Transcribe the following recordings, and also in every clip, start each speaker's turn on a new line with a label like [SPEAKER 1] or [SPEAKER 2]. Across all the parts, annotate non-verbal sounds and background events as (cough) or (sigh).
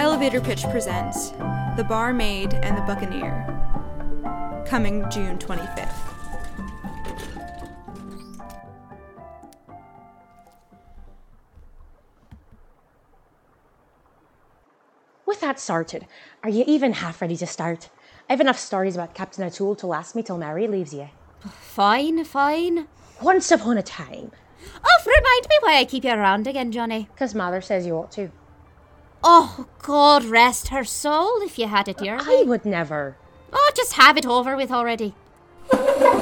[SPEAKER 1] Elevator Pitch presents The Barmaid and the Buccaneer, coming June 25th.
[SPEAKER 2] With that started, are you even half ready to start? I have enough stories about Captain O'Toole to last me till Mary leaves you.
[SPEAKER 3] Fine, fine.
[SPEAKER 2] Once upon a time,
[SPEAKER 3] Oh, remind me why I keep you around again, Johnny.
[SPEAKER 2] 'cause mother says you ought to.
[SPEAKER 3] Oh, God rest her soul if you had it your
[SPEAKER 2] I
[SPEAKER 3] way.
[SPEAKER 2] would never.
[SPEAKER 3] Oh, just have it over with already.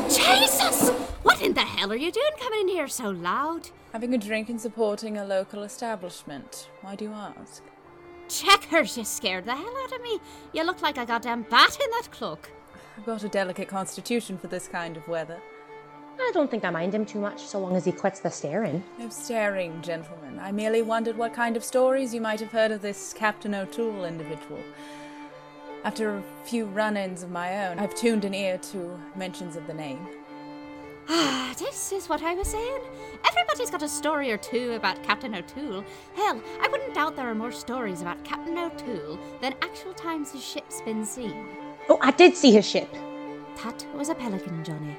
[SPEAKER 3] Jesus! What in the hell are you doing coming in here so loud?
[SPEAKER 4] Having a drink and supporting a local establishment. Why do you ask?
[SPEAKER 3] Checkers, you scared the hell out of me. You look like a goddamn bat in that cloak.
[SPEAKER 4] I've got a delicate constitution for this kind of weather.
[SPEAKER 2] I don't think I mind him too much so long as he quits the staring.
[SPEAKER 4] No staring, gentlemen. I merely wondered what kind of stories you might have heard of this Captain O'Toole individual. After a few run ins of my own, I've tuned an ear to mentions of the name.
[SPEAKER 3] Ah, this is what I was saying. Everybody's got a story or two about Captain O'Toole. Hell, I wouldn't doubt there are more stories about Captain O'Toole than actual times his ship's been seen.
[SPEAKER 2] Oh, I did see his ship.
[SPEAKER 3] That was a pelican, Johnny.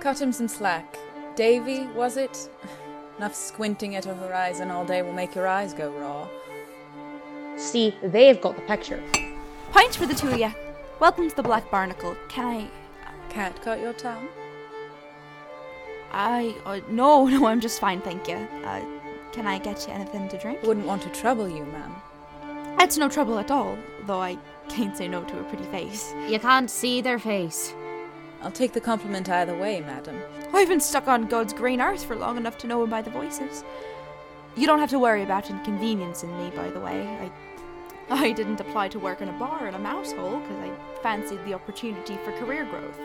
[SPEAKER 4] Cut him some slack. Davy, was it? (laughs) Enough squinting at a horizon all day will make your eyes go raw.
[SPEAKER 2] See, they've got the picture.
[SPEAKER 5] Points for the two of you. Welcome to the Black Barnacle. Can
[SPEAKER 4] Cat caught your tongue?
[SPEAKER 5] I? I. Uh, no, (laughs) no, I'm just fine, thank you. Uh, can I get you anything to drink?
[SPEAKER 4] Wouldn't want to trouble you, ma'am.
[SPEAKER 5] It's no trouble at all, though I can't say no to a pretty face.
[SPEAKER 3] You can't see their face.
[SPEAKER 4] I'll take the compliment either way, madam.
[SPEAKER 5] I've been stuck on God's green earth for long enough to know him by the voices. You don't have to worry about inconveniencing me, by the way. I. I didn't apply to work in a bar in a mouse hole because I fancied the opportunity for career growth.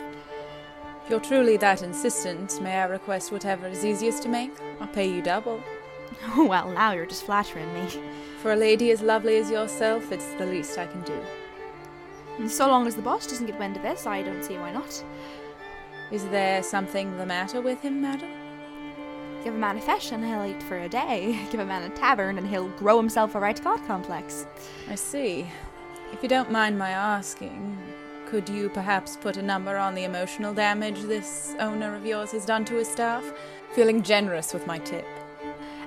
[SPEAKER 4] If you're truly that insistent, may I request whatever is easiest to make? I'll pay you double.
[SPEAKER 5] (laughs) well, now you're just flattering me.
[SPEAKER 4] For a lady as lovely as yourself, it's the least I can do.
[SPEAKER 5] And so long as the boss doesn't get wind of this, I don't see why not.
[SPEAKER 4] Is there something the matter with him, madam?
[SPEAKER 5] Give a man a fish and he'll eat for a day. (laughs) Give a man a tavern and he'll grow himself a right god complex.
[SPEAKER 4] I see. If you don't mind my asking, could you perhaps put a number on the emotional damage this owner of yours has done to his staff? Feeling generous with my tip.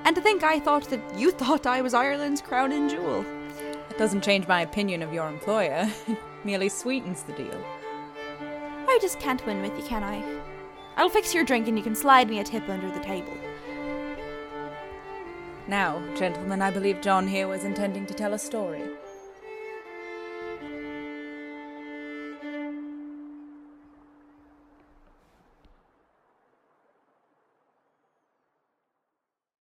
[SPEAKER 5] And to think I thought that you thought I was Ireland's crown and jewel.
[SPEAKER 4] That doesn't change my opinion of your employer, (laughs) it merely sweetens the deal.
[SPEAKER 5] I just can't win with you, can I? I'll fix your drink and you can slide me a tip under the table.
[SPEAKER 4] Now, gentlemen, I believe John here was intending to tell a story.